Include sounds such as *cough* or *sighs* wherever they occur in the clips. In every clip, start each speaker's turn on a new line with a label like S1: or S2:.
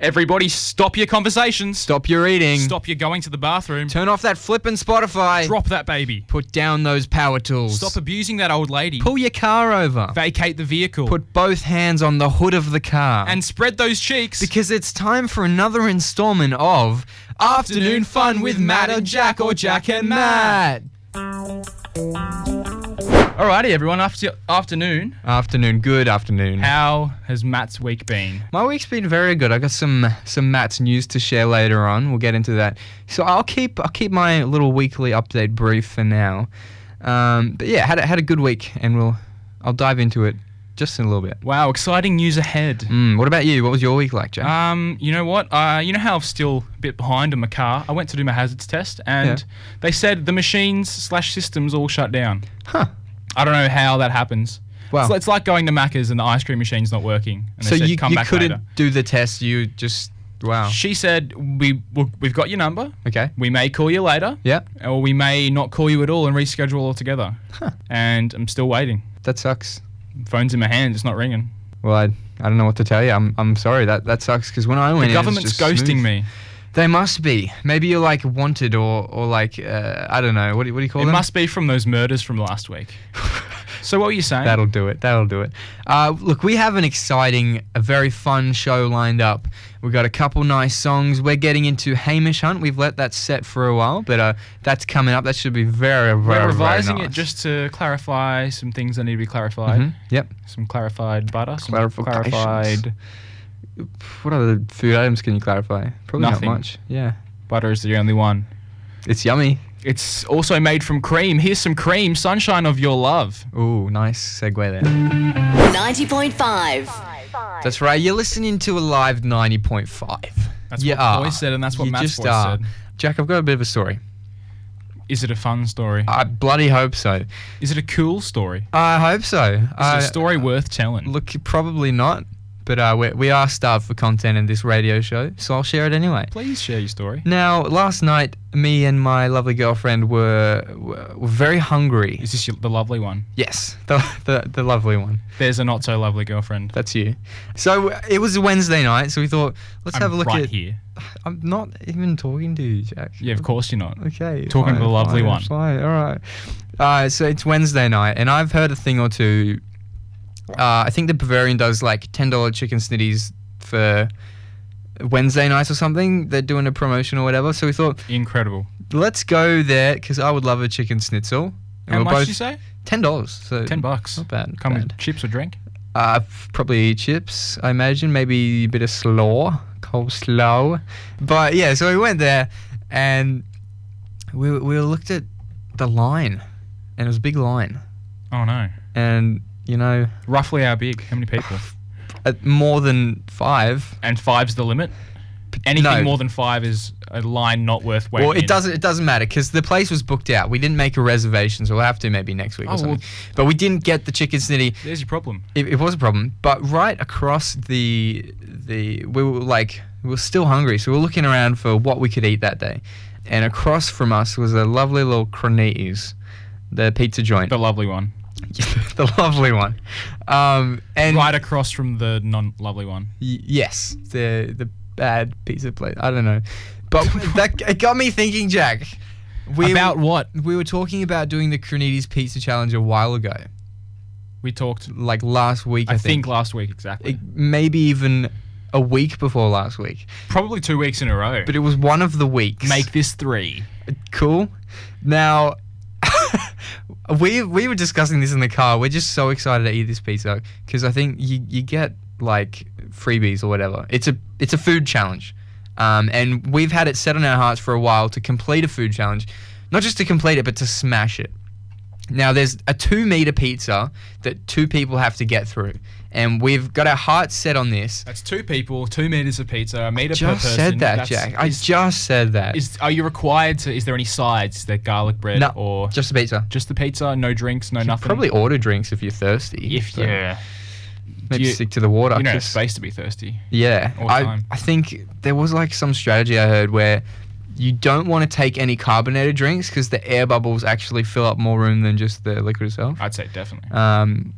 S1: Everybody, stop your conversations.
S2: Stop your eating.
S1: Stop your going to the bathroom.
S2: Turn off that flippin' Spotify.
S1: Drop that baby.
S2: Put down those power tools.
S1: Stop abusing that old lady.
S2: Pull your car over.
S1: Vacate the vehicle.
S2: Put both hands on the hood of the car.
S1: and spread those cheeks.
S2: because it's time for another installment of Afternoon Fun with Matt or Jack or Jack and Matt.
S1: Alrighty, everyone. After afternoon,
S2: Afternoon, good afternoon.
S1: how has Matt's week been?
S2: My week's been very good. I got some some Matt's news to share later on. We'll get into that. So I'll keep I'll keep my little weekly update brief for now. Um, but yeah, had a, had a good week, and we'll I'll dive into it just in a little bit.
S1: Wow, exciting news ahead.
S2: Mm, what about you? What was your week like, Jack?
S1: Um, you know what? Uh, you know how I'm still a bit behind on my car. I went to do my hazards test, and
S2: Yeah.
S1: they said the machines slash systems all shut down.
S2: huh?
S1: I don't know how that happens.
S2: Wow.
S1: It's, it's like going to Macca's and the ice cream machine's not working. And they
S2: So
S1: said,
S2: you,
S1: come
S2: you
S1: back
S2: couldn't
S1: later.
S2: do the test. You just wow.
S1: She said, we, we'll- we've got your number.
S2: Okay.
S1: We may call you later,
S2: Yeah,
S1: or we may not call you at all and reschedule altogether.
S2: Huh.
S1: And I'm still waiting.
S2: that sucks.
S1: Phone's in my hand, it's not ringing.
S2: Well, I, I don't know what to tell you. I'm I'm sorry. That that sucks because when I went,
S1: the
S2: in, it was
S1: government's
S2: just
S1: ghosting
S2: smooth.
S1: me.
S2: They must be. Maybe you're like wanted or or like uh, I don't know. What do, what do you call
S1: it
S2: them?
S1: must be from those murders from last week. *laughs* so what were you saying?
S2: *laughs* That'll do it. That'll do it. Uh, look, we have an exciting, a very fun show lined up. We've got a couple nice songs. We're getting into Hamish Hunt. We've let that set for a while, but uh, that's coming up. That should be very, very,
S1: We're
S2: very
S1: revising it
S2: nice.
S1: just to clarify some things that need to be clarified.
S2: Mhm. Yep.
S1: Some clarified butter, some
S2: Clarifications.
S1: clarified
S2: What other food items can you clarify? Probably
S1: Nothing.
S2: not much. Yeah.
S1: butter is the only one.
S2: It's yummy.
S1: It's also made from cream. Here's some cream, sunshine of your love.
S2: Ooh, nice segue there.
S3: 90.5.
S2: That's right. You're listening to a live 90.5.
S1: That's
S2: You
S1: what
S2: are.
S1: Boy said, and that's what
S2: You
S1: Matt's
S2: just uh,
S1: voice
S2: are.
S1: said.
S2: Jack, I've got a bit of a story.
S1: Is it a fun story?
S2: I bloody hope so.
S1: Is it a cool story? Is
S2: I hope so.
S1: it
S2: I-
S1: a story worth telling?
S2: Uh, Look, probably not, but uh, we, we are starved for content in this radio show, so I'll share it anyway.
S1: Please share your story.
S2: Now, last night, me and my lovely girlfriend were were, were very hungry.
S1: Is this your, the lovely one?
S2: Yes, the, the the lovely one.
S1: There's a not so lovely girlfriend.
S2: That's you. So uh, it was a Wednesday night, so we thought let's
S1: I'm
S2: have a look
S1: right
S2: at.
S1: here.
S2: I'm not even talking to you, Jack.
S1: Yeah, of course you're not.
S2: Okay.
S1: Talking to the lovely one.
S2: Fine, all right. Uh, so it's Wednesday night, and I've heard a thing or two. Uh, I think the Bavarian does like ten dollar chicken snitties for Wednesday nights or something. They're doing a promotion or whatever. So we thought
S1: Incredible.
S2: let's go there because I would love a chicken schnitzel. And
S1: How
S2: we're
S1: much
S2: both
S1: did you say?
S2: ten dollars. So
S1: Ten bucks.
S2: Not bad. not
S1: Come
S2: bad.
S1: with chips or drink.
S2: Uh, f- probably chips, I imagine. Maybe a bit of slaw, coleslaw. But yeah, so we went there and we, we looked at the line, and it was a big line.
S1: Oh no.
S2: And, you know,
S1: Roughly how big? How many
S2: *sighs*
S1: people?
S2: at more than five.
S1: and five's the limit. Anything
S2: no.
S1: more than five is a line not worth waiting.
S2: Well, it
S1: in.
S2: doesn't. It doesn't matter because the place was booked out. We didn't make a reservation, so we'll have to maybe next week
S1: Oh,
S2: or something.
S1: well-
S2: but we didn't get the chicken snitty.
S1: There's your problem.
S2: It, it was a problem. But right across the the we were like we were still hungry, so we were looking around for what we could eat that day. And across from us was a lovely little Cronies, the pizza joint,
S1: The lovely one,
S2: *laughs* the lovely one. Um, and
S1: right across from the non-lovely one.
S2: Y- yes, the the bad pizza place. I don't know, but *laughs* that it got me thinking, Jack. We
S1: About what?
S2: we were talking about doing the Cronies Pizza Challenge a while ago,
S1: We talked.
S2: like last week. I,
S1: I think last week exactly.
S2: It- maybe even a week before last week.
S1: Probably two weeks in a row.
S2: but it was one of the weeks.
S1: Make this three.
S2: cool. Now, *laughs* we we were discussing this in the car. We're just so excited to eat this pizza because I think you you get like freebies or whatever. It's a it's a food challenge, um, and we've had it set on our hearts for a while to complete a food challenge, not just to complete it but to smash it. Now there's a two meter pizza that two people have to get through, and we've got our hearts set on this.
S1: That's two people, two meters of pizza, a meter per
S2: Just
S1: person.
S2: said that,
S1: That's-
S2: Jack. I
S1: is,
S2: just said that.
S1: is are you required to? Is there any sides? Is there garlic bread
S2: No,
S1: or just,
S2: just a pizza.
S1: the pizza? No drinks, no nothing.
S2: Probably order drinks if you're thirsty.
S1: If
S2: but
S1: yeah,
S2: maybe
S1: you-
S2: stick to the water.
S1: you know,
S2: 'cause-
S1: space to be thirsty.
S2: yeah,
S1: all
S2: I
S1: time.
S2: I think there was like some strategy I heard where you don't want to take any carbonated drinks because the air bubbles actually fill up more room than just the liquid itself.
S1: I'd say definitely.
S2: Um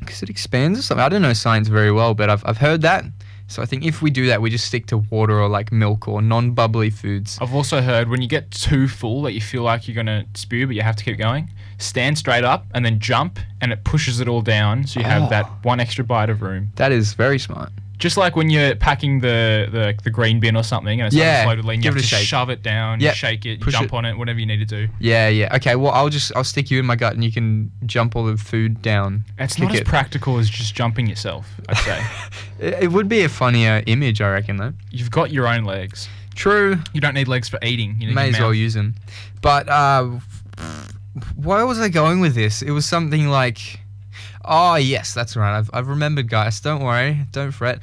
S2: 'cause because it expands or something. I don't know science very well, but I've I've heard that. So I think if we do that, we just stick to water or like milk or non-bubbly foods.
S1: I've also heard when you get too full that you feel like you're gonna spew, but you have to keep going. Stand straight up and then jump, and it pushes it all down, so you
S2: Oh.
S1: have that one extra bite of room.
S2: That is very smart.
S1: Just like when you're packing the the, the green bin or something, and it's
S2: Yeah,
S1: yeah, floated lean, you
S2: give
S1: have
S2: it
S1: to
S2: a shake.
S1: shove it down,
S2: Yeah,
S1: shake it, you
S2: push
S1: jump
S2: it.
S1: on it, whatever you need to do.
S2: Yeah, yeah. Okay, well I'll just I'll stick you in my gut and you can jump all the food down.
S1: It's
S2: Kick
S1: not as
S2: it.
S1: practical as just jumping yourself. I'd
S2: *laughs*
S1: say
S2: It, it would be a funnier image, I reckon though.
S1: you've got your own legs.
S2: True.
S1: You don't need legs for eating. You need
S2: May
S1: your
S2: as well
S1: mouth.
S2: use them. But uh, where was I going with this? It was something like, oh yes, that's right. I've, I've remembered, guys. Don't worry, don't fret.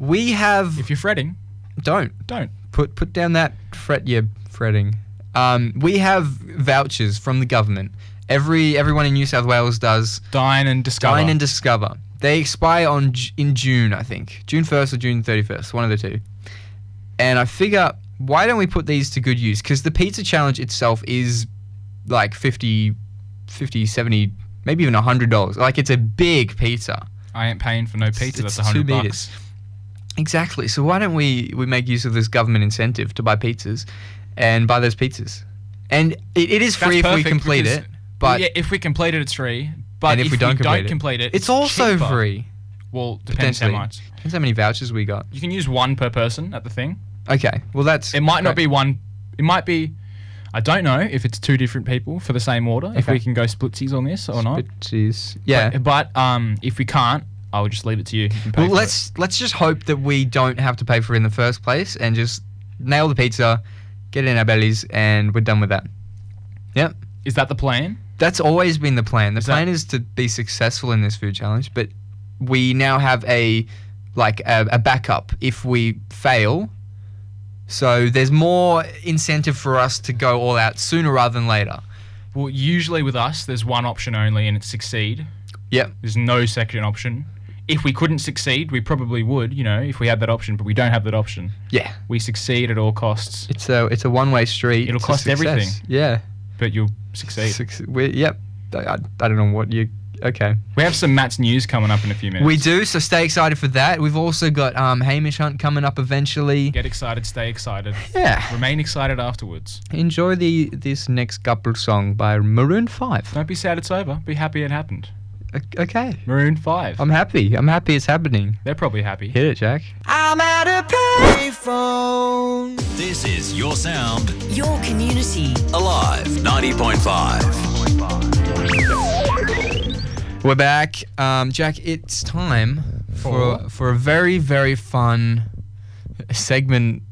S2: We have
S1: If you're fretting,
S2: don't
S1: don't.
S2: put put down that fret you're fretting. Um, we have vouchers from the government. Every everyone in New South Wales does
S1: Dine and discover.
S2: Dine and Discover. They expire on J- in June, I think, June first or June thirty first, one of the two. And I figure, why don't we put these to good use? Because the pizza challenge itself is like 50, 50 70 maybe even hundred dollars. Like it's a big pizza.
S1: I ain't paying for no pizza.
S2: It's-
S1: that's
S2: it's two
S1: hundred
S2: meters.
S1: bucks.
S2: Exactly. So why don't we we make use of this government incentive to buy pizzas, and buy those pizzas, and it, it is
S1: That's
S2: free if we
S1: perfect
S2: complete
S1: because-
S2: it. But
S1: yeah, if we complete it, it's free. But
S2: And
S1: if, we don't, complete, it,
S2: it's also
S1: cheaper.
S2: free.
S1: Well, depends how
S2: Potentially.
S1: much.
S2: Depends how many vouchers we got.
S1: You can use one per person at the thing.
S2: Okay. Well, that's
S1: It might not
S2: great.
S1: be one. It might be. I don't know if it's two different people for the same order. If
S2: Okay.
S1: we can go splitsies on this or not.
S2: But geez. Yeah.
S1: But, but, um, if we can't, I will just leave it to you. You can pay
S2: well,
S1: for it.
S2: let's let's just hope that we don't have to pay for it in the first place, and just nail the pizza, get it in our bellies, and we're done with that. Yep.
S1: Is that the plan?
S2: That's always been the plan. The
S1: Is that-
S2: plan is to be successful in this food challenge, but we now have a like a, a backup if we fail. So there's more incentive for us to go all out sooner rather than later.
S1: Well, usually with us, there's one option only, and it's succeed.
S2: Yep.
S1: There's no second option. If we couldn't succeed, we probably would, you know, if we had that option. But we don't have that option.
S2: Yeah.
S1: We succeed at all costs,
S2: It's a it's a one way street.
S1: It'll
S2: to
S1: cost
S2: success.
S1: everything.
S2: Yeah.
S1: but you'll succeed.
S2: Six, we, yep. I, I, I don't know what you. Okay.
S1: We have some Matt's news coming up in a few minutes.
S2: We do, so stay excited for that. We've also got um, Hamish Hunt coming up eventually.
S1: Get excited, stay excited.
S2: Yeah.
S1: Remain excited afterwards.
S2: Enjoy the this next couple song by Maroon 5.
S1: Don't be sad it's over. Be happy it happened.
S2: O- Okay.
S1: Maroon 5.
S2: I'm happy. I'm happy it's happening.
S1: They're probably happy.
S2: Hit it, Jack.
S3: I'm at a payphone.
S4: This is Your Sound
S5: Your community.
S4: Alive 90.5.
S2: We're back. Um, Jack, it's time for
S1: For?
S2: for a very, very fun segment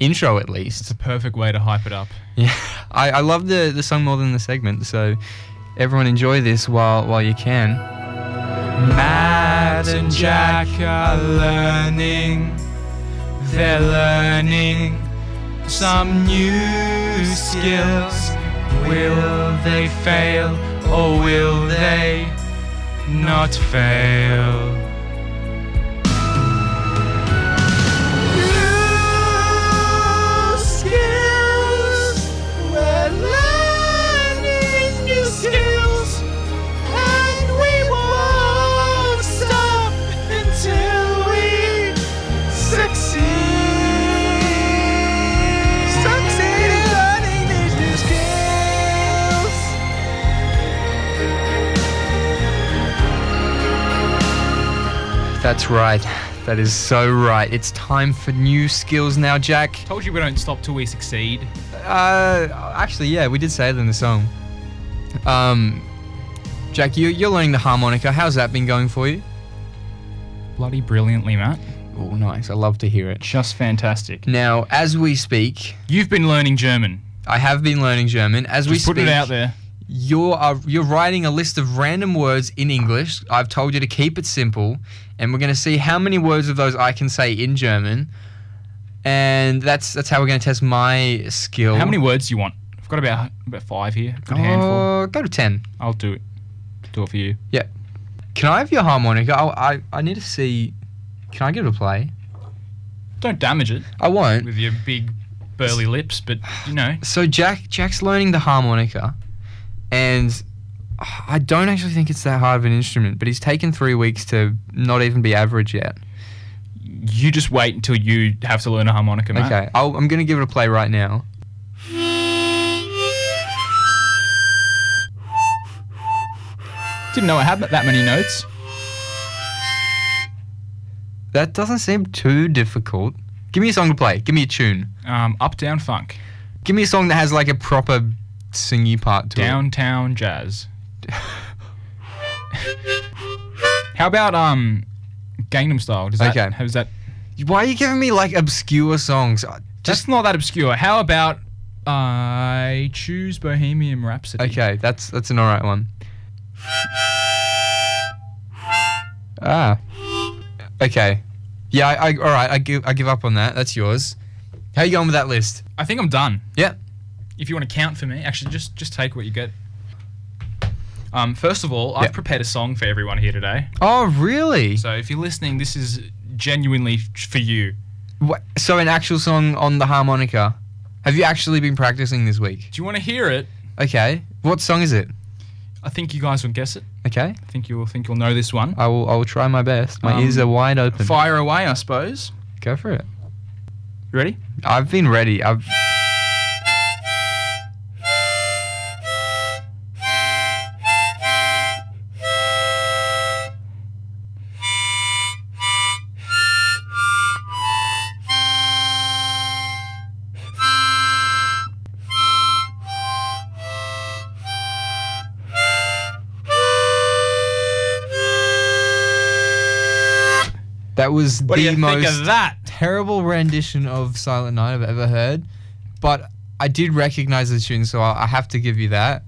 S2: intro at least.
S1: It's a perfect way to hype it up.
S2: Yeah, *laughs* I, I love the, the song more than the segment, so everyone enjoy this while while you can. Matt
S1: and Jack
S2: are learning, they're learning some new skills. Will they fail or will they not fail? That's right. That is so right. It's time for new skills now, Jack.
S1: Told you we don't stop till we succeed.
S2: Uh, actually, yeah, we did say it in the song. Um, Jack, you, you're learning the harmonica. How's that been going for you?
S1: Bloody brilliantly, Matt.
S2: Oh, nice. I love to hear it.
S1: Just fantastic.
S2: Now, as we speak,
S1: You've been learning German.
S2: I have been learning German. As we
S1: Just
S2: speak,
S1: putting it out there.
S2: you're uh, you're writing a list of random words in English. I've told you to keep it simple, and we're going to see how many words of those I can say in German. And that's that's how we're going to test my skill.
S1: How many words do you want? I've got about about five here. Good handful.
S2: Oh, go to ten.
S1: I'll do it. Do it for you.
S2: Can I have your harmonica? I, I, I need to see. Can I give it a play?
S1: Don't damage it
S2: I won't.
S1: with your big burly lips, but you know,
S2: So Jack Jack's learning the harmonica, and I don't actually think it's that hard of an instrument. But he's taken three weeks to not even be average yet.
S1: you just wait until you have to learn a harmonica, mate.
S2: Okay, I'll, I'm gonna give it a play right now.
S1: Didn't know I had that many notes.
S2: That doesn't seem too difficult. Give me a song to play. Give me a tune.
S1: Um, up, down, funk.
S2: Give me a song that has like a proper singy part to it.
S1: Downtown jazz. *laughs* How about um, Gangnam Style? Does that,
S2: Okay.
S1: How is that?
S2: Why are you giving me like obscure songs? Uh, Just
S1: That's not that obscure. How about I choose Bohemian Rhapsody?
S2: okay. That's that's an alright one. Ah. Okay. Yeah. I, I all right. I give I give up on that. That's yours. How you going with that list?
S1: I think I'm done.
S2: Yeah.
S1: If you want to count for me, actually, just just take what you get. Um, first of all,
S2: Yeah.
S1: I've prepared a song for everyone here today.
S2: Oh really?
S1: So if you're listening, this is genuinely f- for you.
S2: Wha- So an actual song on the harmonica. Have you actually been practicing this week?
S1: Do you want to hear it?
S2: Okay. What song is it?
S1: I think you guys will guess it.
S2: Okay.
S1: I think you'll think you'll know this one.
S2: I will. I will try my best. My
S1: Um,
S2: ears are wide open.
S1: Fire away, I suppose.
S2: Go for it.
S1: You ready?
S2: I've been ready. I've. That was
S1: What
S2: the
S1: do you
S2: most
S1: think of that?
S2: terrible rendition of Silent Night I've ever heard, but I did recognize the tune, so I, I have to give you that.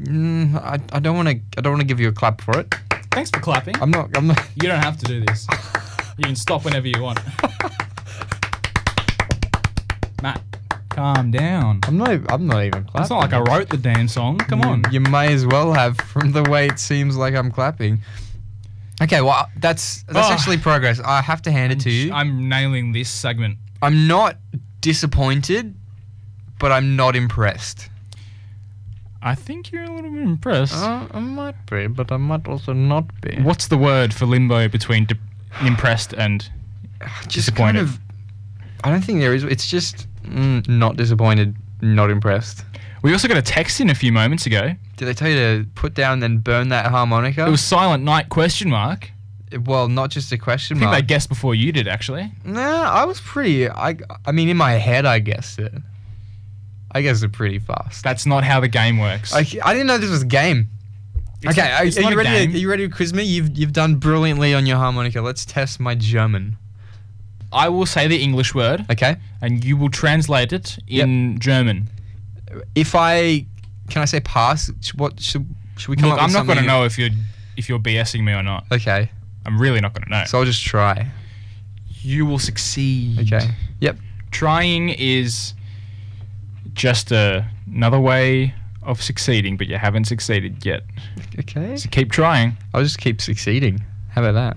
S2: Mm, I, I don't want to. I don't want to give you a clap for it.
S1: Thanks for clapping.
S2: I'm not. I'm not.
S1: You don't have to do this. You can stop whenever you *laughs* want. Matt, calm down.
S2: I'm not. e- I'm not even clapping.
S1: It's not like I wrote the damn song. Come
S2: You-
S1: on.
S2: You may as well have, from the way it seems like I'm clapping. Okay, well that's that's
S1: Oh.
S2: actually progress. I have to hand it to you. Ah. I'm,
S1: I'm nailing this segment.
S2: not disappointed, but I'm not impressed.
S1: I think you're a little bit impressed.
S2: Uh, I might be, but I might also not be.
S1: What's the word for limbo between de- impressed and
S2: just kind
S1: Disappointed.
S2: of. I don't think there is. It's just mm, not disappointed, not impressed.
S1: we also got a text in a few moments ago.
S2: Did they tell you to put down and burn that harmonica?
S1: It was silent night question mark.
S2: well, not just a question
S1: I think
S2: mark.
S1: they guessed before you did actually.
S2: nah, I was pretty. I, I mean, in my head, I guessed it. I guessed it pretty fast.
S1: That's not how the game works.
S2: I, I didn't know this was a game.
S1: It's-
S2: okay, are,
S1: it's
S2: are
S1: not
S2: you
S1: a
S2: ready? To,
S1: game.
S2: are you ready to quiz me? You've you've done brilliantly on your harmonica. Let's test my German.
S1: I will say the English word
S2: Okay.
S1: and you will translate it in German.
S2: If I can I say pass? Sh- What should should we come
S1: Look,
S2: up with
S1: I'm not going to
S2: something-
S1: know if you're if you're BSing me or not.
S2: Okay,
S1: I'm really not going to know.
S2: so I'll just try.
S1: you will succeed.
S2: Okay. Yep.
S1: Trying is just a, another way of succeeding, but you haven't succeeded yet.
S2: Okay.
S1: So keep trying.
S2: I'll just keep succeeding. How about that?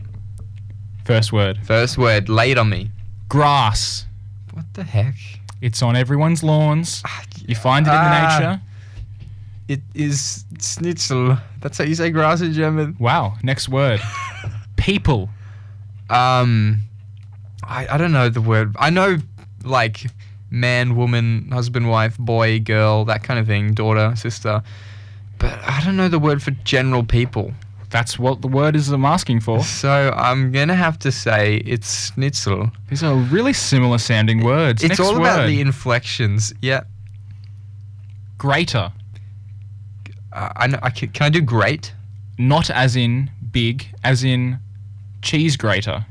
S1: First word.
S2: First word, laid on me.
S1: Grass.
S2: What the heck?
S1: It's on everyone's lawns. You find it in
S2: Ah.
S1: the nature.
S2: It is schnitzel. That's how you say grass in German.
S1: Wow. Next
S2: *laughs*
S1: word. People.
S2: Um, I, I don't know the word. I know like man, woman, husband, wife, boy, girl, that kind of thing, daughter, sister. But I don't know the word for general people.
S1: That's what the word is I'm asking for.
S2: So I'm going to have to say it's schnitzel.
S1: These are really similar sounding words. Next
S2: It's all
S1: word.
S2: about the inflections. Yeah.
S1: greater.
S2: Uh, I, know, I can, can I do great?
S1: Not as in big, as in cheese grater.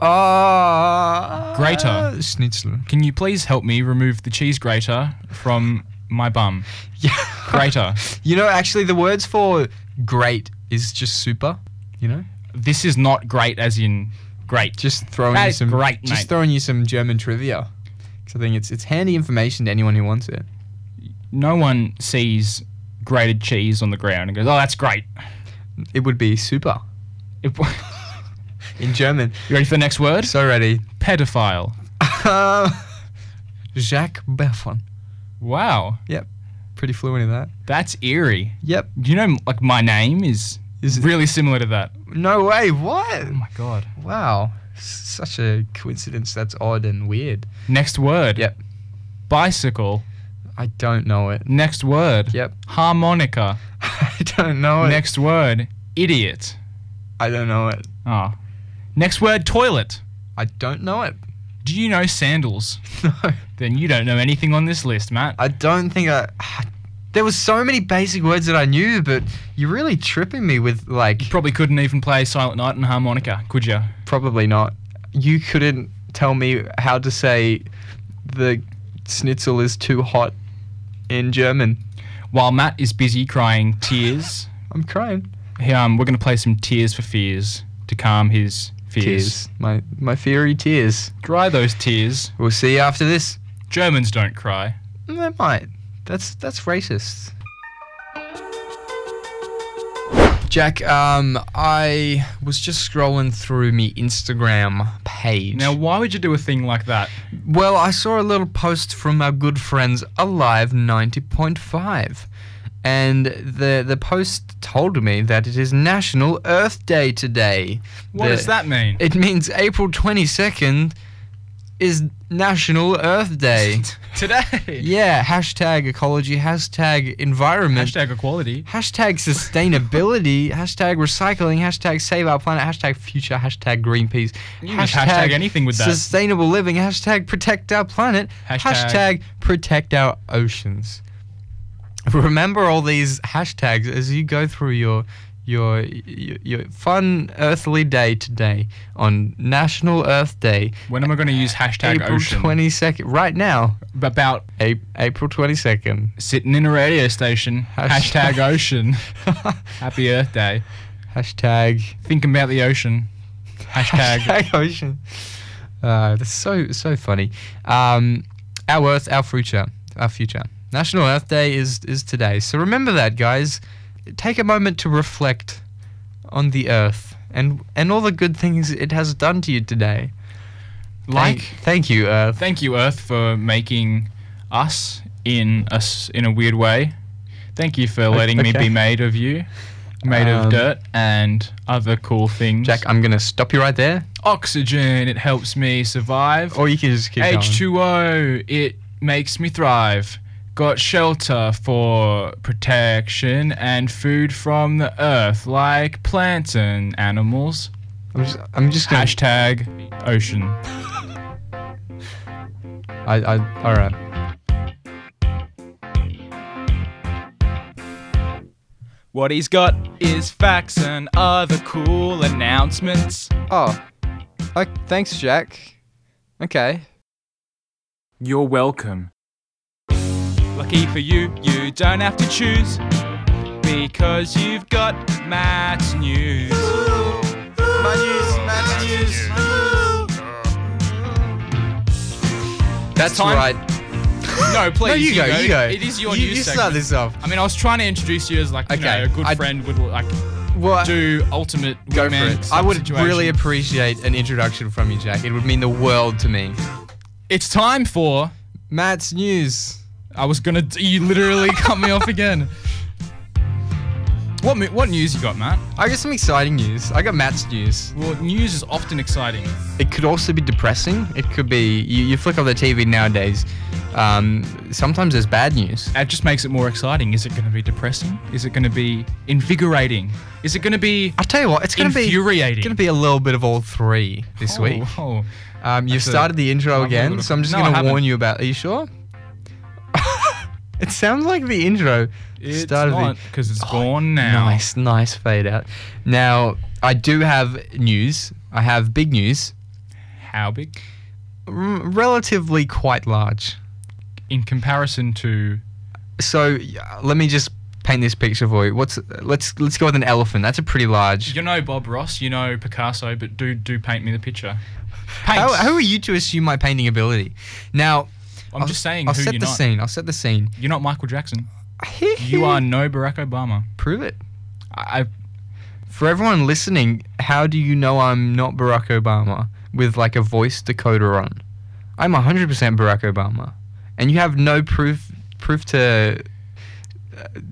S2: Ah,
S1: Greater.
S2: Schnitzel.
S1: Can you please help me remove the cheese grater from my
S2: *laughs*
S1: bum?
S2: Yeah.
S1: Grater.
S2: You know, actually, the words for great is just super. You know,
S1: this is not great as in great.
S2: just throwing
S1: That
S2: you
S1: is
S2: some
S1: great,
S2: just
S1: mate.
S2: throwing you some German trivia. Because I think it's it's handy information to anyone who wants it.
S1: No one sees grated cheese on the ground and goes, oh, that's great.
S2: It would be super
S1: If- *laughs* you
S2: in German.
S1: ready for the next word?
S2: So ready. *laughs*
S1: Pedophile.
S2: Jacques Buffon.
S1: Wow.
S2: Pretty fluent in that.
S1: That's eerie.
S2: Yep.
S1: Do you know, like, my name is,
S2: Is it-
S1: really similar to that.
S2: No way. What?
S1: Oh, my God.
S2: Wow. Such a coincidence. That's odd and weird.
S1: Next word.
S2: Yep.
S1: Bicycle.
S2: I don't know it. *laughs*
S1: Next word.
S2: Yep.
S1: Harmonica.
S2: I don't know it.
S1: Next word. Idiot.
S2: I don't know it.
S1: Oh. Next word. Toilet.
S2: I don't know it. *laughs*
S1: Do you know sandals?
S2: No.
S1: Then you don't know anything on this list, Matt.
S2: I don't think I. There was so many basic words that I knew, but you're really tripping me with like
S1: Probably couldn't even play Silent Night and harmonica, could you?
S2: probably not. You couldn't tell me how to say the schnitzel is too hot in German.
S1: While Matt is busy crying tears,
S2: I'm crying.
S1: he- um, we're going to play some Tears for Fears to calm his fears.
S2: Tears. My my fiery tears.
S1: Dry those tears.
S2: We'll see you after this.
S1: Germans don't cry.
S2: Mm, That might. That's that's racist. Jack, um, I was just scrolling through me Instagram page.
S1: Now, why would you do a thing like that?
S2: Well, I saw a little post from our good friends Alive 90.5, and the the post told me that it is National Earth Day today.
S1: What
S2: The-
S1: does that mean?
S2: It means April 22nd is National
S1: *laughs*
S2: Earth Day.
S1: Today.
S2: *laughs* yeah, hashtag ecology, hashtag environment.
S1: Hashtag equality.
S2: Hashtag
S1: *laughs*
S2: sustainability, hashtag recycling, hashtag save our planet, hashtag future, hashtag Greenpeace,
S1: You can hashtag anything with that.
S2: Sustainable living, hashtag protect our planet,
S1: Hashtag-
S2: hashtag, protect our oceans. Remember all these hashtags as you go through your your your, your fun earthly day today on National Earth Day,
S1: When am I going to use hashtag
S2: April
S1: ocean?
S2: twenty second. Right now,
S1: About
S2: A- April twenty second.
S1: sitting in a radio station.
S2: Hashtag-
S1: Hashtag
S2: *laughs*
S1: ocean. *laughs* Happy Earth Day.
S2: hashtag
S1: Thinking about the ocean. Hashtag.
S2: Hashtag ocean. Uh, that's so so funny. Um, our Earth, our future, our future. National Earth Day is is today. So remember that, guys. Take a moment to reflect on the Earth and and all the good things it has done to you today.
S1: like.
S2: thank, thank you, Earth.
S1: Thank you, Earth, for making us in us in a weird way. Thank you for letting me
S2: okay.
S1: be made of you, made
S2: Um,
S1: of dirt and other cool things.
S2: Jack, I'm gonna stop you right there,
S1: Oxygen, it helps me survive.
S2: or you can just keep Oh, going.
S1: H2O, it makes me thrive. Got shelter for protection and food from the earth, like plants and animals.
S2: I'm just, I'm just gonna.
S1: Hashtag ocean.
S2: I, I, all right.
S1: What he's got is facts and other cool announcements.
S2: Oh, thanks, Jack. Okay.
S1: You're welcome. Lucky for you, you don't have to choose because you've got Matt's news.
S2: That's
S1: time-
S2: right.
S1: No, please.
S2: No, you, go, You go.
S1: It is your
S2: you,
S1: news
S2: You
S1: segment.
S2: start this off.
S1: I mean, I was trying to introduce you as like you
S2: Okay,
S1: know, a good
S2: I-
S1: friend would like
S2: Well,
S1: do ultimate
S2: go for
S1: wingman
S2: it. I would
S1: situation.
S2: really appreciate an introduction from you, Jack. It would mean the world to me.
S1: It's time for.
S2: Matt's news.
S1: I was gonna. You
S2: *laughs*
S1: literally cut me off again. What mu- what news you got, Matt?
S2: I got some exciting news. I got Matt's news.
S1: Well, news is often exciting.
S2: It could also be depressing. It could be you, you flick on the TV nowadays. Um, sometimes there's bad news.
S1: It just makes it more exciting. Is it going to be depressing? Is it going to be invigorating? Is it going to be
S2: I tell you what, it's gonna be
S1: Infuriating.
S2: Gonna be a little bit of all three this
S1: Oh,
S2: week.
S1: oh.
S2: Um, you've
S1: That's a
S2: started the intro
S1: lovely
S2: again,
S1: little-
S2: so I'm just
S1: No, I
S2: going to
S1: haven't.
S2: warn you about. Are you sure? *laughs* it sounds like the intro
S1: It's
S2: started the-
S1: not because it's gone now.
S2: Oh, Nice, nice fade out. Now I do have news. I have big news,
S1: How big?
S2: r- relatively quite large.
S1: In comparison to
S2: So y- let me just paint this picture for you. What's let's let's go with an elephant. That's a pretty large.
S1: you know Bob Ross, you know Picasso, but do do paint me the picture. Paint.
S2: How, how are you to assume my painting ability? Now
S1: I'm just saying
S2: I'll
S1: who
S2: set
S1: you're
S2: the
S1: not.
S2: scene. I'll set the scene.
S1: You're not Michael Jackson. You are no Barack Obama.
S2: prove it.
S1: I, I
S2: For everyone listening, how do you know I'm not Barack Obama with like a voice decoder on? I'm 100% Barack Obama, and you have no proof proof to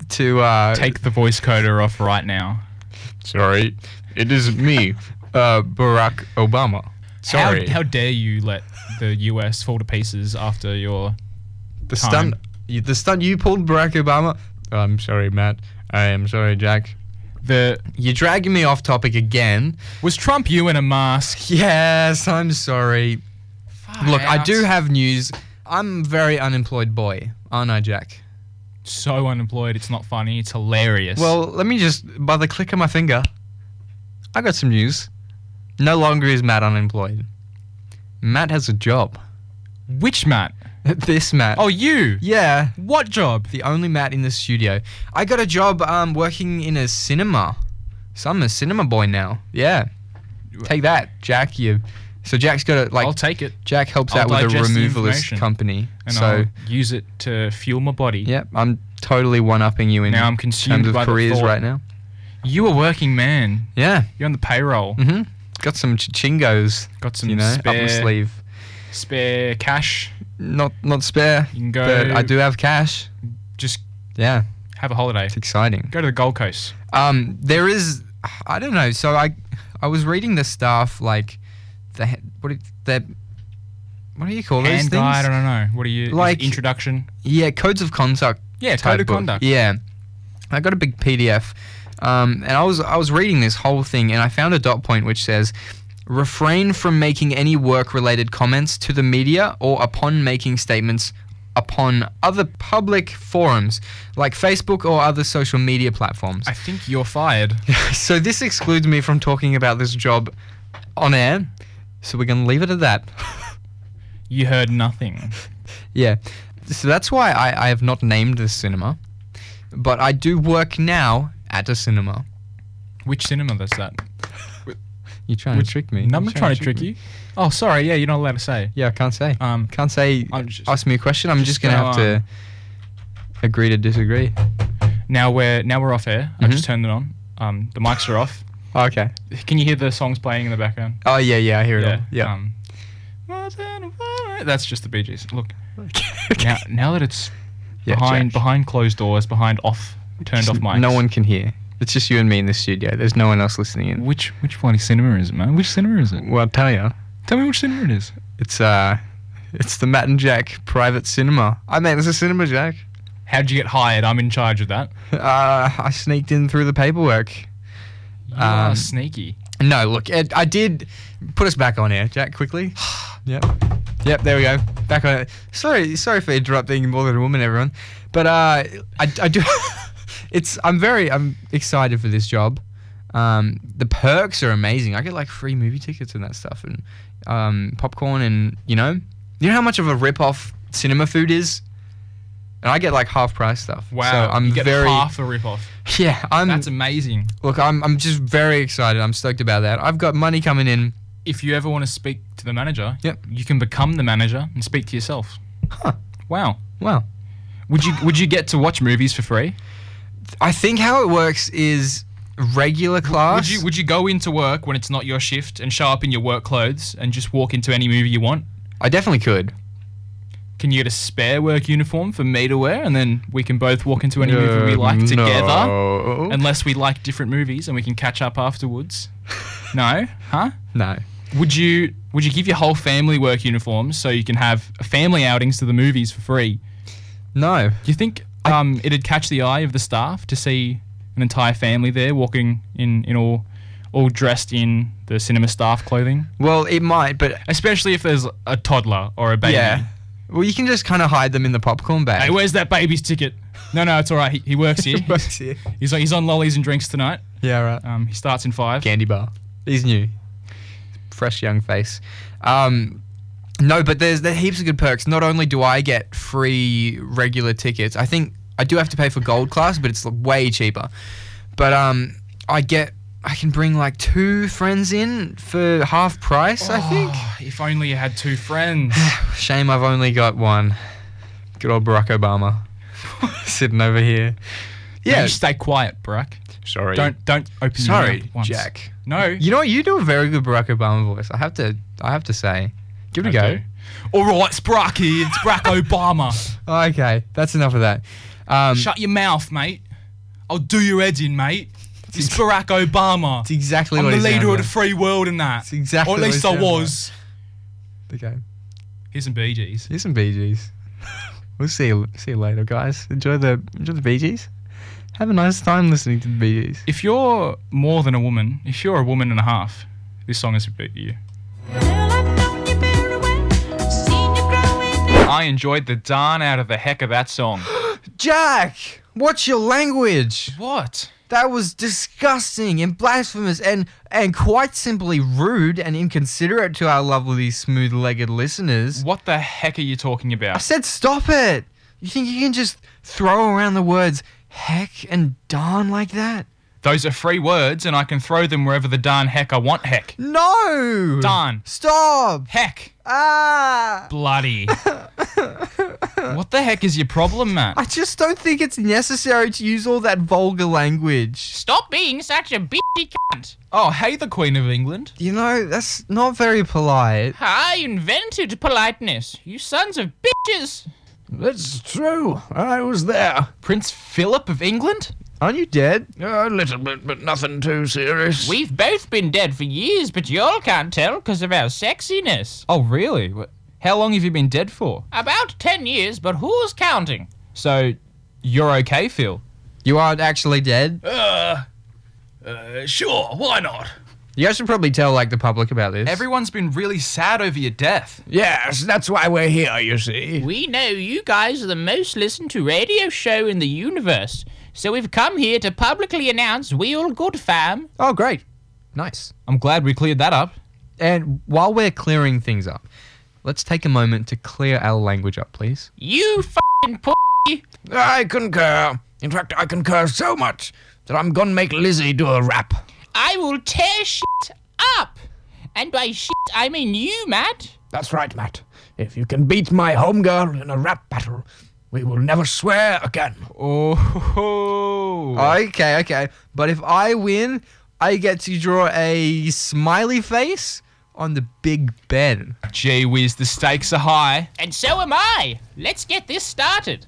S2: to uh,
S1: take the voice coder off right now.
S2: *laughs* Sorry, it is me, uh, Barack Obama. Sorry.
S1: How, how dare you let the US fall to pieces after your
S2: the
S1: time.
S2: stunt, you, the stunt you pulled, Barack Obama. Oh, I'm sorry, Matt. I am sorry, Jack.
S1: the
S2: You're dragging me off topic again.
S1: was Trump you in a mask?
S2: Yes, I'm sorry. Look, I do
S1: have
S2: have news. I'm a very unemployed boy, aren't I, Jack?
S1: so unemployed. It's not funny. It's hilarious.
S2: Well, let me just, by the click of my finger, I got some news. No longer is Matt unemployed. Matt has a job. *laughs*
S1: which Matt?
S2: this Matt.
S1: Oh, you.
S2: yeah.
S1: What job?
S2: The only Matt in the studio. I got a job um, working in a cinema. So I'm a cinema boy now. Yeah. Take that, Jack. You. So Jack's got a like.
S1: I'll take it
S2: Jack helps
S1: I'll
S2: out with a
S1: digest the
S2: removalist
S1: information.
S2: company.
S1: and
S2: so
S1: I'll use it to fuel my body.
S2: yeah, I'm totally one upping you in
S1: Now I'm
S2: terms
S1: consumed
S2: of
S1: by the
S2: careers
S1: thought.
S2: right now.
S1: You a working man.
S2: Yeah.
S1: You're on the payroll.
S2: hmm Got some ch- chingos.
S1: Got some
S2: you know, up my
S1: spare-
S2: sleeve.
S1: Spare cash.
S2: Not not spare,
S1: You can go.
S2: but I do have cash.
S1: Just
S2: Yeah,
S1: have a holiday.
S2: it's exciting.
S1: Go to the Gold Coast.
S2: Um, there is, I don't know. So I, I was reading the stuff like, the he- what do- the, what do you call those
S1: Hand
S2: things?
S1: guide. I don't know. What are you? is
S2: Like-
S1: introduction.
S2: Yeah, codes of conduct.
S1: Yeah,
S2: type
S1: code of
S2: book.
S1: conduct.
S2: Yeah, I got a big PDF, um, and I was I was reading this whole thing, and I found a dot point which says, refrain from making any work-related comments to the media or upon making statements upon other public forums like Facebook or other social media platforms.
S1: *laughs* I think you're fired.
S2: so this excludes me from talking about this job on air. So we're gonna leave it at that.
S1: You heard nothing.
S2: Yeah. So that's why I, I have not named this cinema. But I do work now at a cinema.
S1: Which cinema was that?
S2: You're trying
S1: Which-
S2: to trick me.
S1: No, I'm
S2: You're
S1: not trying to trick
S2: me.
S1: you. Oh, sorry. Yeah, you're not allowed to say.
S2: Yeah, I can't say.
S1: Um,
S2: can't say.
S1: I'm just-
S2: ask me a question. I'm just,
S1: just
S2: gonna,
S1: gonna,
S2: have to agree to disagree.
S1: now we're now we're off air. I
S2: Mhm.
S1: just turned it on. Um, the mics are off.
S2: Oh, Okay.
S1: Can you hear the songs playing in the background?
S2: Oh yeah, yeah, I hear it all. Yeah.
S1: Um, more than a woman- that's just the Bee Gees. Look, *laughs* now, now that it's
S2: *laughs* Yeah,
S1: behind
S2: Jack.
S1: behind closed doors, behind off turned
S2: Just
S1: off mics.
S2: No one can hear. It's just you and me in the studio. There's no one else listening in.
S1: Which which bloody cinema is it, man? Which cinema is it?
S2: Well, I'll tell you,
S1: Tell me which cinema it is.
S2: it's uh, it's the Matt and Jack private cinema. I mean, there's a cinema, Jack.
S1: How'd you get hired? I'm in charge of that.
S2: Uh, I sneaked in through the paperwork.
S1: You are
S2: Um,
S1: sneaky.
S2: No, look, Ed, I did put us back on air, Jack.
S1: *sighs*
S2: Quickly. yep. Yep. There we go. Back on it. Sorry, sorry for interrupting more than a woman, everyone. But uh, I, I do. *laughs* it's. I'm very. I'm excited for this job. Um, the perks are amazing. I get like free movie tickets and that stuff, and um, popcorn, and you know, you know how much of a rip off cinema food is. And I get like half price stuff.
S1: Wow,
S2: So I'm
S1: you get
S2: very. Mm.
S1: half a ripoff.
S2: *laughs* Yeah, I'm.
S1: That's amazing.
S2: Look, I'm, I'm just very excited. I'm stoked about that. I've got money coming in.
S1: if you ever want to speak to the manager,
S2: Yep.
S1: you can become the manager and speak to yourself.
S2: Huh.
S1: Wow.
S2: Wow.
S1: Would you would you get to watch movies for free?
S2: I think how it works is regular class.
S1: Would you would you go into work when it's not your shift and show up in your work clothes and just walk into any movie you want?
S2: I definitely could.
S1: Can you get a spare work uniform for me to wear and then we can both walk into any movie
S2: Uh,
S1: we like together?
S2: No.
S1: Unless we like different movies and we can catch up afterwards. no? Huh?
S2: no.
S1: Would you would you give your whole family work uniforms so you can have family outings to the movies for free?
S2: No.
S1: Do you think um, it'd catch the eye of the staff to see an entire family there walking in, in all all dressed in the cinema staff clothing?
S2: Well, it might, but
S1: Especially if there's a toddler or a baby.
S2: yeah. Well, you can just kind of hide them in the popcorn
S1: Hey,
S2: bag.
S1: where's that baby's ticket? No, no, it's all right. He, he works
S2: *laughs*
S1: here. he's, he's on lollies and drinks tonight.
S2: yeah, right.
S1: Um, he starts in five.
S2: candy bar. He's new, fresh young face. Um, no, but there's there are heaps of good perks. Not only do I get free regular tickets, I think I do have to pay for gold class, but it's like, way cheaper. But um, I get I can bring like two friends in for half price. I think.
S1: Oh, if only you had two friends.
S2: Shame I've only got one. Good old Barack Obama *laughs* sitting over here.
S1: yeah.
S2: *laughs* Yeah.
S1: You stay quiet, Barack.
S2: Sorry.
S1: Don't don't open your
S2: Sorry,
S1: mouth once.
S2: Jack.
S1: No.
S2: You know what? You do a very good Barack Obama voice. I have to. I have to say. Give it
S1: Okay. All right, it's Barack here. It's
S2: *laughs*
S1: Barack Obama.
S2: a go. Oh, Okay, that's enough of that. Um,
S1: Shut your mouth, mate. I'll do your head in, mate. It's Barack Obama.
S2: That's exactly
S1: I'm
S2: what
S1: the
S2: he sounds
S1: leader of the
S2: like.
S1: free world and that.
S2: It's exactly
S1: Or at
S2: what he
S1: least I
S2: sounds
S1: was.
S2: Okay.
S1: Here's some Bee Gees.
S2: Here's some Bee *laughs* Gees. we'll see you, see you later, guys. Enjoy the enjoy the Bee Gees. Have a nice time listening to the Bee Gees.
S1: If you're more than a woman, if you're a woman and a half, this song is about you. I enjoyed the darn out of the heck of that *gasps* song.
S2: Jack, what's your language?
S1: what?
S2: That was disgusting and blasphemous and and quite simply rude and inconsiderate to our lovely smooth-legged listeners.
S1: What the heck are you talking
S2: I
S1: about?
S2: said stop it. You think you can just throw around the words heck and darn like that?
S1: Those are free words, and I can throw them wherever the darn heck I want. *laughs* Heck.
S2: No.
S1: Darn.
S2: Stop.
S1: Heck.
S2: Ah.
S1: Bloody. *laughs* what the heck is your problem, Matt?
S2: I just don't think it's necessary to use all that vulgar language.
S1: Stop being such a bitchy cunt. Oh, hey, the Queen of England.
S2: You know, that's not very polite.
S1: I invented politeness. You sons of bitches.
S5: That's true. I was there.
S1: Prince Philip of England?
S2: Aren't you dead?
S5: A little bit, but nothing too serious.
S1: We've both been dead for years, but y'all can't tell because of our sexiness. Oh, really? Wh- How long have you been dead for? About 10 years, but who's counting? So, you're okay, Phil?
S2: You aren't actually dead.
S5: Uh, sure, why not?
S2: You guys should probably tell like the public about this.
S1: Everyone's been really sad over your death.
S5: Yes, that's why we're here, you see.
S6: We know you guys are the most listened to radio show in the universe, so we've come here to publicly announce we all good fam.
S2: oh, great. Nice.
S1: I'm glad we cleared that up.
S2: And while we're clearing things up, let's take a moment to clear our language up, please.
S6: You fing p-
S5: I concur. In fact, I concur so much that I'm gonna make Lizzie do a rap.
S6: I will tear shit up. And by shit, I mean you, Matt.
S5: That's right, Matt. If you can beat my homegirl in a rap battle, we will never swear again.
S1: Oh,
S2: Oh, Okay, okay. But if I win, I get to draw a smiley face on the big Ben.
S1: gee whiz, the stakes are high.
S6: And so am I. Let's get this started.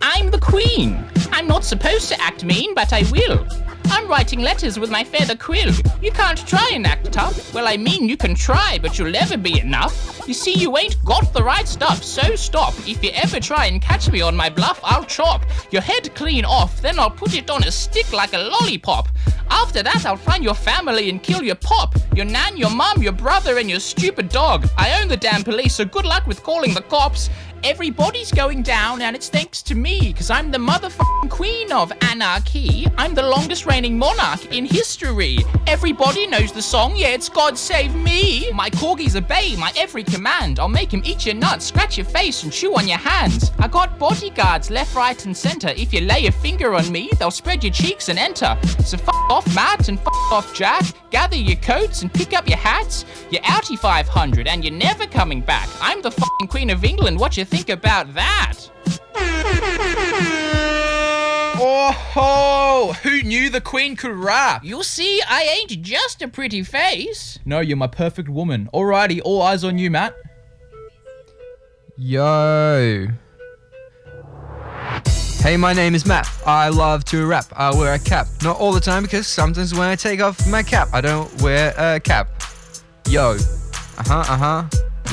S6: I'm the queen. I'm not supposed to act mean, but I will. I'm writing letters with my feather quill. You can't try and act tough. Well, I mean, you can try, but you'll never be enough. You see, you ain't got the right stuff, so stop. If you ever try and catch me on my bluff, I'll chop your head clean off, then I'll put it on a stick like a lollipop. After that, I'll find your family and kill your pop, your nan, your mum, your brother, and your stupid dog. I own the damn police, so good luck with calling the cops. Everybody's going down, and it's thanks to me, because I'm the motherfucking queen of anarchy. I'm the longest reigning monarch in history. Everybody knows the song, yeah, it's God Save Me. My corgis obey my every command. I'll make him eat your nuts, scratch your face, and chew on your hands. I got bodyguards left, right, and center. If you lay a finger on me, they'll spread your cheeks and enter. So f off, Matt, and f off, Jack. Gather your coats and pick up your hats. You're outie 500, and you're never coming back. I'm the fucking Queen of England. What you think about that?
S1: Oh, who knew the queen could rap?
S6: You see, I ain't just a pretty face.
S1: No, you're my perfect woman. Alrighty, all eyes on you, Matt.
S2: Yo. Hey, my name is Matt. I love to rap. I wear a cap. Not all the time because sometimes when I take off my cap, I don't wear a cap. Yo. Uh huh, uh huh.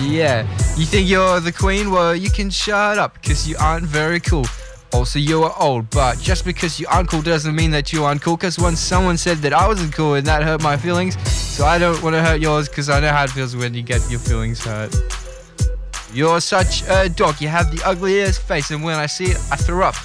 S2: Yeah. You think you're the queen? Well, you can shut up because you aren't very cool. Also, you are old, but just because you aren't cool doesn't mean that you aren't cool. Because once someone said that I wasn't cool and that hurt my feelings, so I don't want to hurt yours because I know how it feels when you get your feelings hurt. You're such a dog. You have the ugliest face, and when I see it, I throw up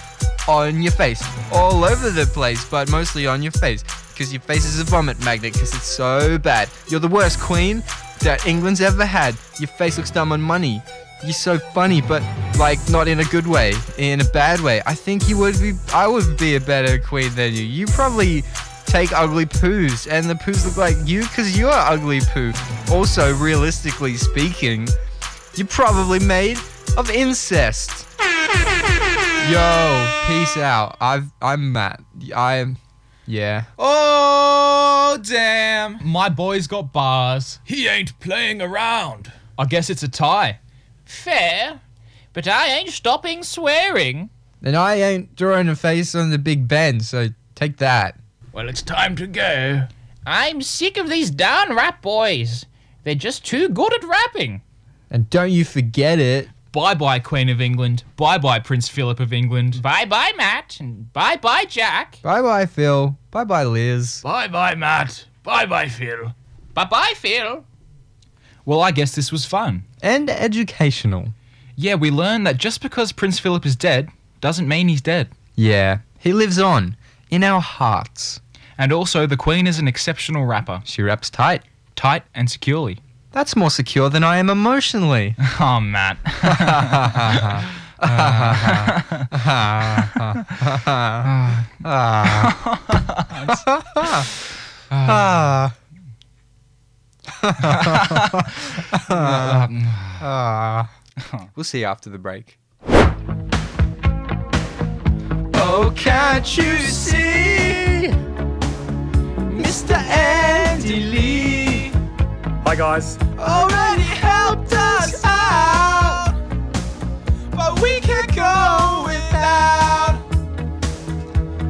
S2: on your face, all over the place, but mostly on your face, because your face is a vomit magnet, because it's so bad. You're the worst queen that England's ever had. Your face looks dumb on money. You're so funny, but like not in a good way, in a bad way. I think you would be. I would be a better queen than you. You probably take ugly poos, and the poos look like you, because you're ugly poo. Also, realistically speaking, you're probably made of incest. Yo, peace out. I've I'm Matt. I'm yeah.
S1: Oh, damn. My boy's got bars.
S5: He ain't playing around.
S1: I guess it's a tie.
S6: Fair, but I ain't stopping swearing.
S2: And I ain't drawing a face on the Big Ben, so take that.
S5: Well, it's time to go.
S6: I'm sick of these darn rap boys. They're just too good at rapping.
S2: And don't you forget it.
S1: Bye bye, Queen of England. Bye bye, Prince Philip of England.
S6: Bye bye, Matt, and bye bye, Jack.
S2: Bye bye, Phil. Bye bye, Liz.
S1: Bye bye, Matt. Bye bye, Phil.
S6: Bye bye, Phil.
S1: Well, I guess this was fun.
S2: And educational.
S1: Yeah, we learned that just because Prince Philip is dead doesn't mean he's dead.
S2: Yeah. He lives on in our hearts.
S1: And also, the Queen is an exceptional rapper,
S2: She raps tight.
S1: tight and securely. *laughs*
S2: That's more secure than I am emotionally.
S1: Oh, Matt.
S2: Ah. We'll see you after the break. Oh, can't you see, Mr. Andy Lee?
S7: Hi guys.
S2: already helped us out. But we can't go without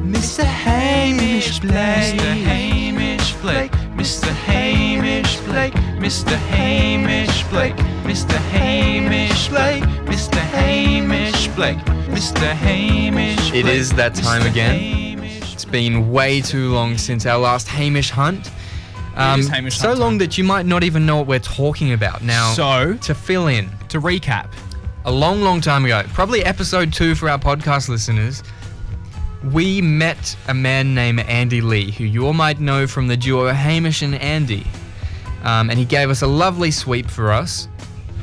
S2: Mr. Hamish Blake. Mr. Hamish Blake. Mr. Hamish Blake. Mr. Hamish Blake. Mr. Hamish Blake. Mr. Hamish Blake. Mr. Hamish Blake. It is that time again. It's been way too long since our last Hamish hunt. Um,
S1: is Hamish
S2: so
S1: hunt time.
S2: long that you might not even know what we're talking about now.
S1: So,
S2: to fill in,
S1: to recap,
S2: a long, long time ago, probably episode two for our podcast listeners, we met a man named Andy Lee, who you all might know from the duo Hamish and Andy. Um, and he gave us a lovely sweep for us,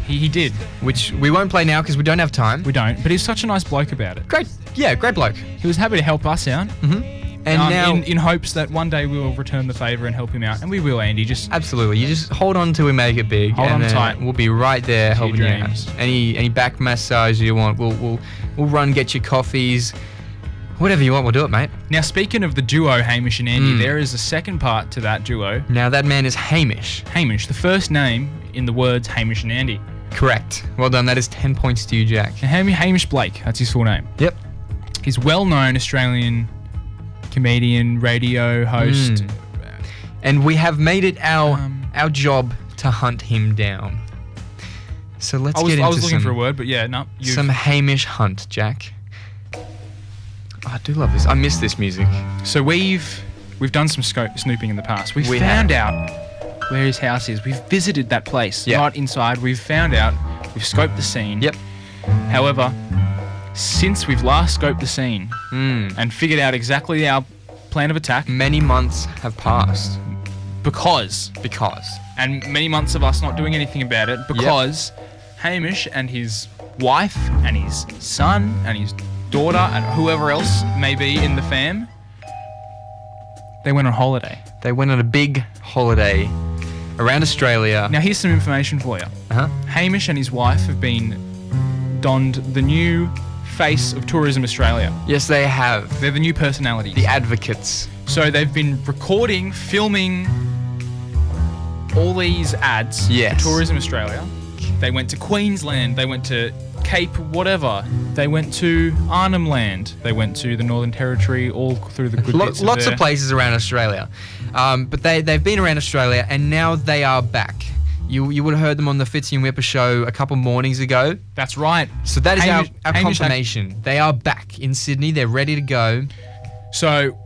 S1: he, he did.
S2: which we won't play now because we don't have time.
S1: We don't, but he's such a nice bloke about it.
S2: Great, yeah, great bloke.
S1: He was happy to help us out,
S2: And
S1: um,
S2: now,
S1: in, in hopes that one day we will return the favor and help him out, and we will, Andy. Just
S2: absolutely, you just hold on till we make it big.
S1: Hold
S2: and
S1: on
S2: then
S1: tight.
S2: We'll be right there helping you
S1: dreams.
S2: out. Any any back massage you want, we'll we'll we'll run get your coffees, whatever you want, we'll do it, mate.
S1: now, speaking of the duo Hamish and
S2: Hmm.
S1: Andy, there is a second part to that duo.
S2: Now that man is Hamish.
S1: Hamish, the first name in the words Hamish and Andy.
S2: Correct. Well done. That is 10 points to you, Jack.
S1: And Ham- Hamish Blake, that's his full name.
S2: Yep.
S1: He's well-known Australian comedian, radio host.
S2: Mm. And we have made it our
S1: Hmm. Um,
S2: our job to hunt him down. So let's
S1: I was,
S2: get into
S1: I was looking
S2: some,
S1: for a word, but yeah, no. You,
S2: some Hamish hunt, Jack. I do love this. I miss this music.
S1: so we've we've done some sco- snooping in the past. We've
S2: We
S1: found out where his house is. We've visited that place,
S2: Yeah.
S1: not inside. We've found out. We've scoped the scene.
S2: Yep.
S1: However, since we've last scoped the scene
S2: Mm.
S1: and figured out exactly our plan of attack,
S2: Many months have passed
S1: because
S2: because
S1: and many months of us not doing anything about it because Hamish and his wife and his son and his daughter and whoever else may be in the fam, they went on holiday.
S2: they went on a big holiday around Australia.
S1: Now, here's some information for you
S2: Uh-huh.
S1: Hamish and his wife have been donned the new face of Tourism Australia.
S2: Yes, they have.
S1: They're the new personalities.
S2: The advocates.
S1: so they've been recording, filming all these ads
S2: Yes.
S1: for Tourism Australia. They went to Queensland, they went to Cape whatever. They went to Arnhem Land. They went to the Northern Territory, all through the good
S2: Lo-
S1: bits
S2: lots
S1: of,
S2: of
S1: there.
S2: places around Australia, um, but they they've been around Australia and now they are back. You you would have heard them on the Fitzy and Whipper show a couple mornings ago.
S1: That's right.
S2: So that is
S1: Hamish-
S2: our, our
S1: Hamish-
S2: confirmation. they are back in Sydney. They're ready to go.
S1: So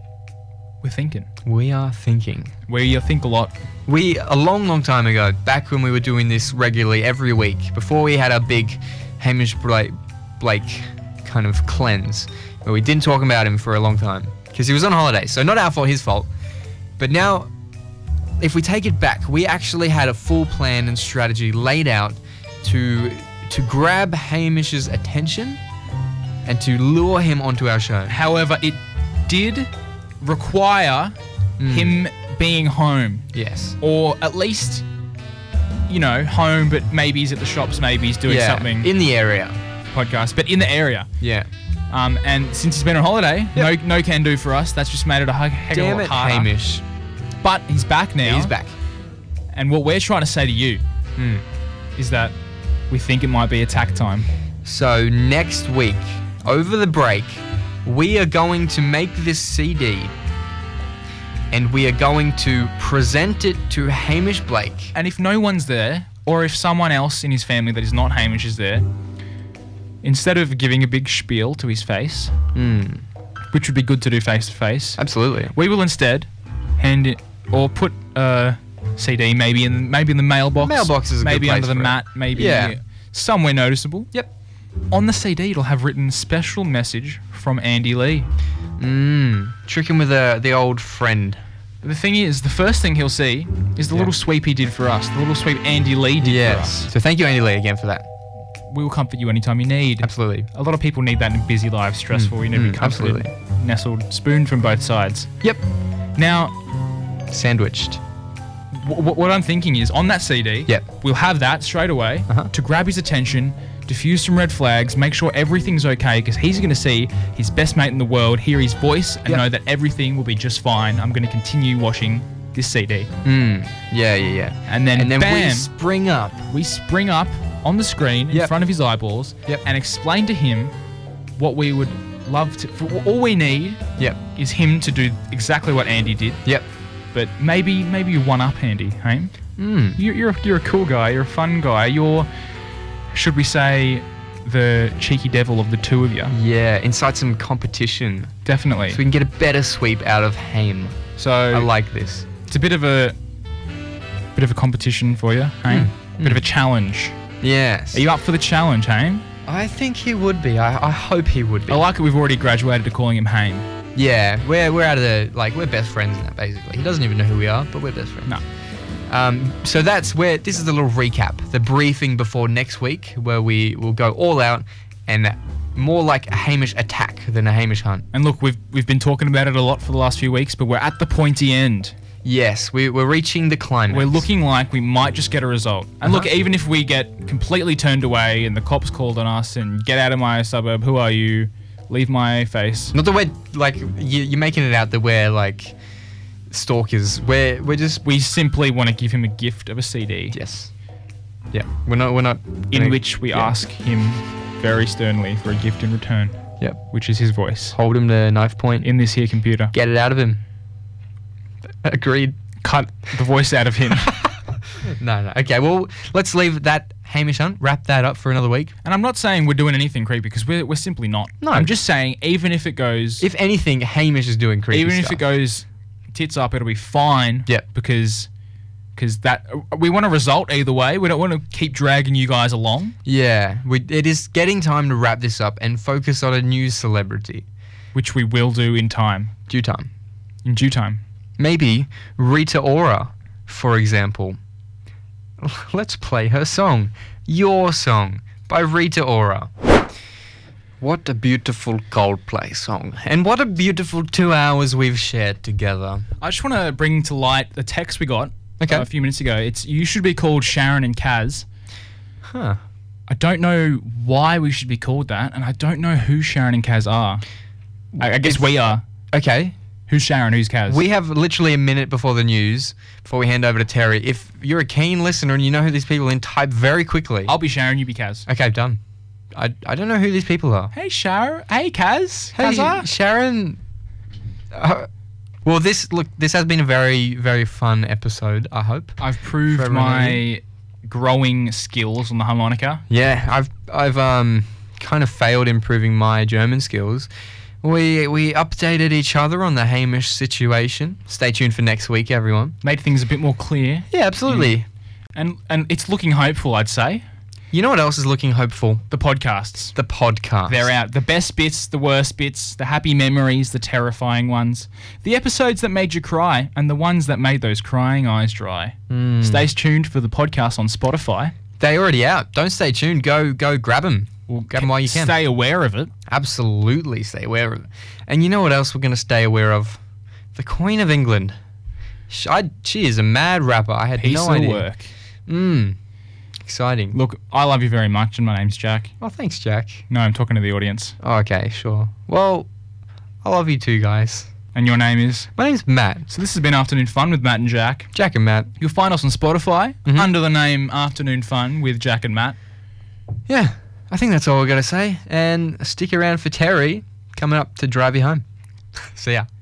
S1: we're thinking.
S2: We are thinking.
S1: Where you think a lot.
S2: We a long long time ago, back when we were doing this regularly every week, before we had our big Hamish Blake, Blake kind of cleanse, where we didn't talk about him for a long time because he was on holiday. So not our fault, his fault. But now, if we take it back, we actually had a full plan and strategy laid out to to grab Hamish's attention and to lure him onto our show.
S1: However, it did require
S2: Hmm.
S1: him being home.
S2: Yes.
S1: Or at least you know, home, but maybe he's at the shops, maybe he's doing
S2: Yeah.
S1: something
S2: in the area.
S1: podcast, but in the area.
S2: Yeah.
S1: Um, and since he's been on holiday, no no can do for us. That's just made it a he- heck of a
S2: Damn
S1: lot
S2: it,
S1: harder.
S2: Hamish.
S1: But he's back now.
S2: He's back. Hmm.
S1: And what we're trying to say to you is that we think it might be attack time.
S2: So next week, over the break, we are going to make this CD and we are going to present it to Hamish Blake.
S1: And if no one's there, or if someone else in his family that is not Hamish is there, instead of giving a big spiel to his face,
S2: Hmm.
S1: which would be good to do face to face,
S2: Absolutely.
S1: we will instead hand it or put a CD maybe in maybe in the mailbox.
S2: Mailbox is a good
S1: maybe
S2: place
S1: under the
S2: for it.
S1: mat, maybe
S2: Yeah.
S1: somewhere noticeable.
S2: Yep.
S1: On the CD, it'll have written special message from Andy Lee.
S2: Mm. Trick him with uh, the old friend.
S1: The thing is, the first thing he'll see is the little sweep he did for us, the little sweep Andy Lee did for us.
S2: So thank you, Andy Lee, again for that.
S1: We will comfort you anytime you need.
S2: Absolutely.
S1: A lot of people need that in busy lives, stressful. you need to
S2: mm,
S1: be comforted,
S2: absolutely.
S1: nestled, spooned from both sides.
S2: Yep.
S1: Now,
S2: Sandwiched.
S1: w- what I'm thinking is on that CD,
S2: Yep.
S1: we'll have that straight away
S2: Uh-huh.
S1: to grab his attention, diffuse some red flags, make sure everything's okay because he's going to see his best mate in the world, hear his voice, and
S2: Yep.
S1: know that everything will be just fine. I'm going to continue watching this CD.
S2: Mm. Yeah, yeah, yeah.
S1: And then,
S2: and then we
S1: bam,
S2: spring up.
S1: we spring up on the screen in
S2: Yep.
S1: front of his eyeballs
S2: Yep.
S1: and explain to him what we would love to. For, all we need
S2: Yep.
S1: is him to do exactly what Andy did,
S2: Yep.
S1: but maybe maybe you one up Andy, hey?
S2: Mm.
S1: You, you're a- you're a cool guy. You're a fun guy. You're should we say the cheeky devil of the two of you?
S2: Yeah. Incite some competition
S1: Definitely.
S2: so we can get a better sweep out of Haim.
S1: So
S2: I like this.
S1: it's a bit of a bit of a competition for you, hey?
S2: Hmm.
S1: Bit of a challenge.
S2: Yes.
S1: Are you up for the challenge, hey?
S2: I think he would be. I, I hope he would be.
S1: Oh, I like it. We've already graduated to calling him Haim.
S2: Yeah, we're we're out of the like we're best friends now basically. He doesn't even know who we are, but we're best friends.
S1: No.
S2: Um, so that's where this is the little recap, the briefing before next week, where we will go all out and more like a Hamish attack than a Hamish hunt.
S1: And look, we've we've been talking about it a lot for the last few weeks, but we're at the pointy end.
S2: Yes, we, we're reaching the climax.
S1: We're looking like we might just get a result. And look,
S2: Uh-huh.
S1: even if we get completely turned away and the cops called on us and get out of my suburb, who are you? Leave my face.
S2: Not that we're like you, you're making it out that we're like stalkers. We're we're just
S1: We simply want to give him a gift of a CD
S2: yes, yeah. We're not we're not
S1: in
S2: gonna-
S1: which we
S2: yeah.
S1: ask him very sternly for a gift in return,
S2: Yep.
S1: which is his voice
S2: Hold him to knife point.
S1: in this here computer.
S2: Get it out of him. Agreed.
S1: Cut the voice out of
S2: *laughs*
S1: him.
S2: No, no. Okay, well, let's leave that Hamish Hunt, wrap that up for another week.
S1: and I'm not saying we're doing anything creepy because we're, we're simply not.
S2: No.
S1: I'm just saying, even if it goes
S2: If anything, Hamish is doing creepy
S1: even if
S2: stuff.
S1: it goes tits up, it'll be fine.
S2: Yep.
S1: Because because that we want a result either way. We don't want to keep dragging you guys along,
S2: Yeah, we, it is getting time to wrap this up and focus on a new celebrity.
S1: which we will do in time,
S2: Due time.
S1: in due time.
S2: Maybe Rita Ora, for example. *laughs* Let's play her song, Your Song, by Rita Ora. What a beautiful Coldplay song. And what a beautiful two hours we've shared together.
S1: I just want to bring to light a text we got
S2: Okay.
S1: uh, a few minutes ago. It's you should be called Sharon and Kaz.
S2: Huh.
S1: I don't know why we should be called that, and I don't know who Sharon and Kaz are. I, I guess we are.
S2: Okay,
S1: Who's Sharon? Who's Kaz?
S2: We have literally a minute before the news, before we hand over to Terry. If you're a keen listener and you know who these people are, then type very quickly.
S1: I'll be Sharon. You be Kaz.
S2: okay, done. I, I don't know who these people are.
S1: Hey Sharon. Hey Kaz.
S2: Hey,
S1: Kazza?
S2: Sharon. Uh, well, this look. This has been a very, very fun episode. I hope.
S1: I've proved
S2: Very
S1: my growing skills on the harmonica.
S2: Yeah, I've I've um kind of failed improving my German skills. We we updated each other on the Hamish situation. Stay tuned for next week, everyone.
S1: Made things a bit more clear,
S2: Yeah, absolutely.
S1: and and it's looking hopeful. I'd say
S2: You know what else is looking hopeful?
S1: the podcasts.
S2: The podcast.
S1: They're out. The best bits, the worst bits, the happy memories, the terrifying ones, the episodes that made you cry, and the ones that made those crying eyes dry.
S2: Hmm.
S1: Stay tuned for the podcast on Spotify.
S2: They already out. Don't stay tuned. Go go grab them. Well, grab them while you can.
S1: Stay aware of it.
S2: Absolutely stay aware of it. And you know what else we're going to stay aware of? The Queen of England. She, I, she is a mad rapper. I had
S1: Piece
S2: no
S1: of
S2: idea.
S1: work.
S2: Mm. Exciting.
S1: Look, I love you very much, and my name's Jack.
S2: Oh, thanks, Jack.
S1: No, I'm talking to the audience.
S2: Oh, okay, sure. Well, I love you too, guys.
S1: And your name is.
S2: My name's Matt.
S1: So this has been Afternoon Fun with Matt and Jack.
S2: Jack and Matt.
S1: You'll find us on Spotify under the name Afternoon Fun with Jack and Matt.
S2: Yeah, I think that's all we're going to say. And stick around for Terry coming up to drive you home. *laughs* See ya.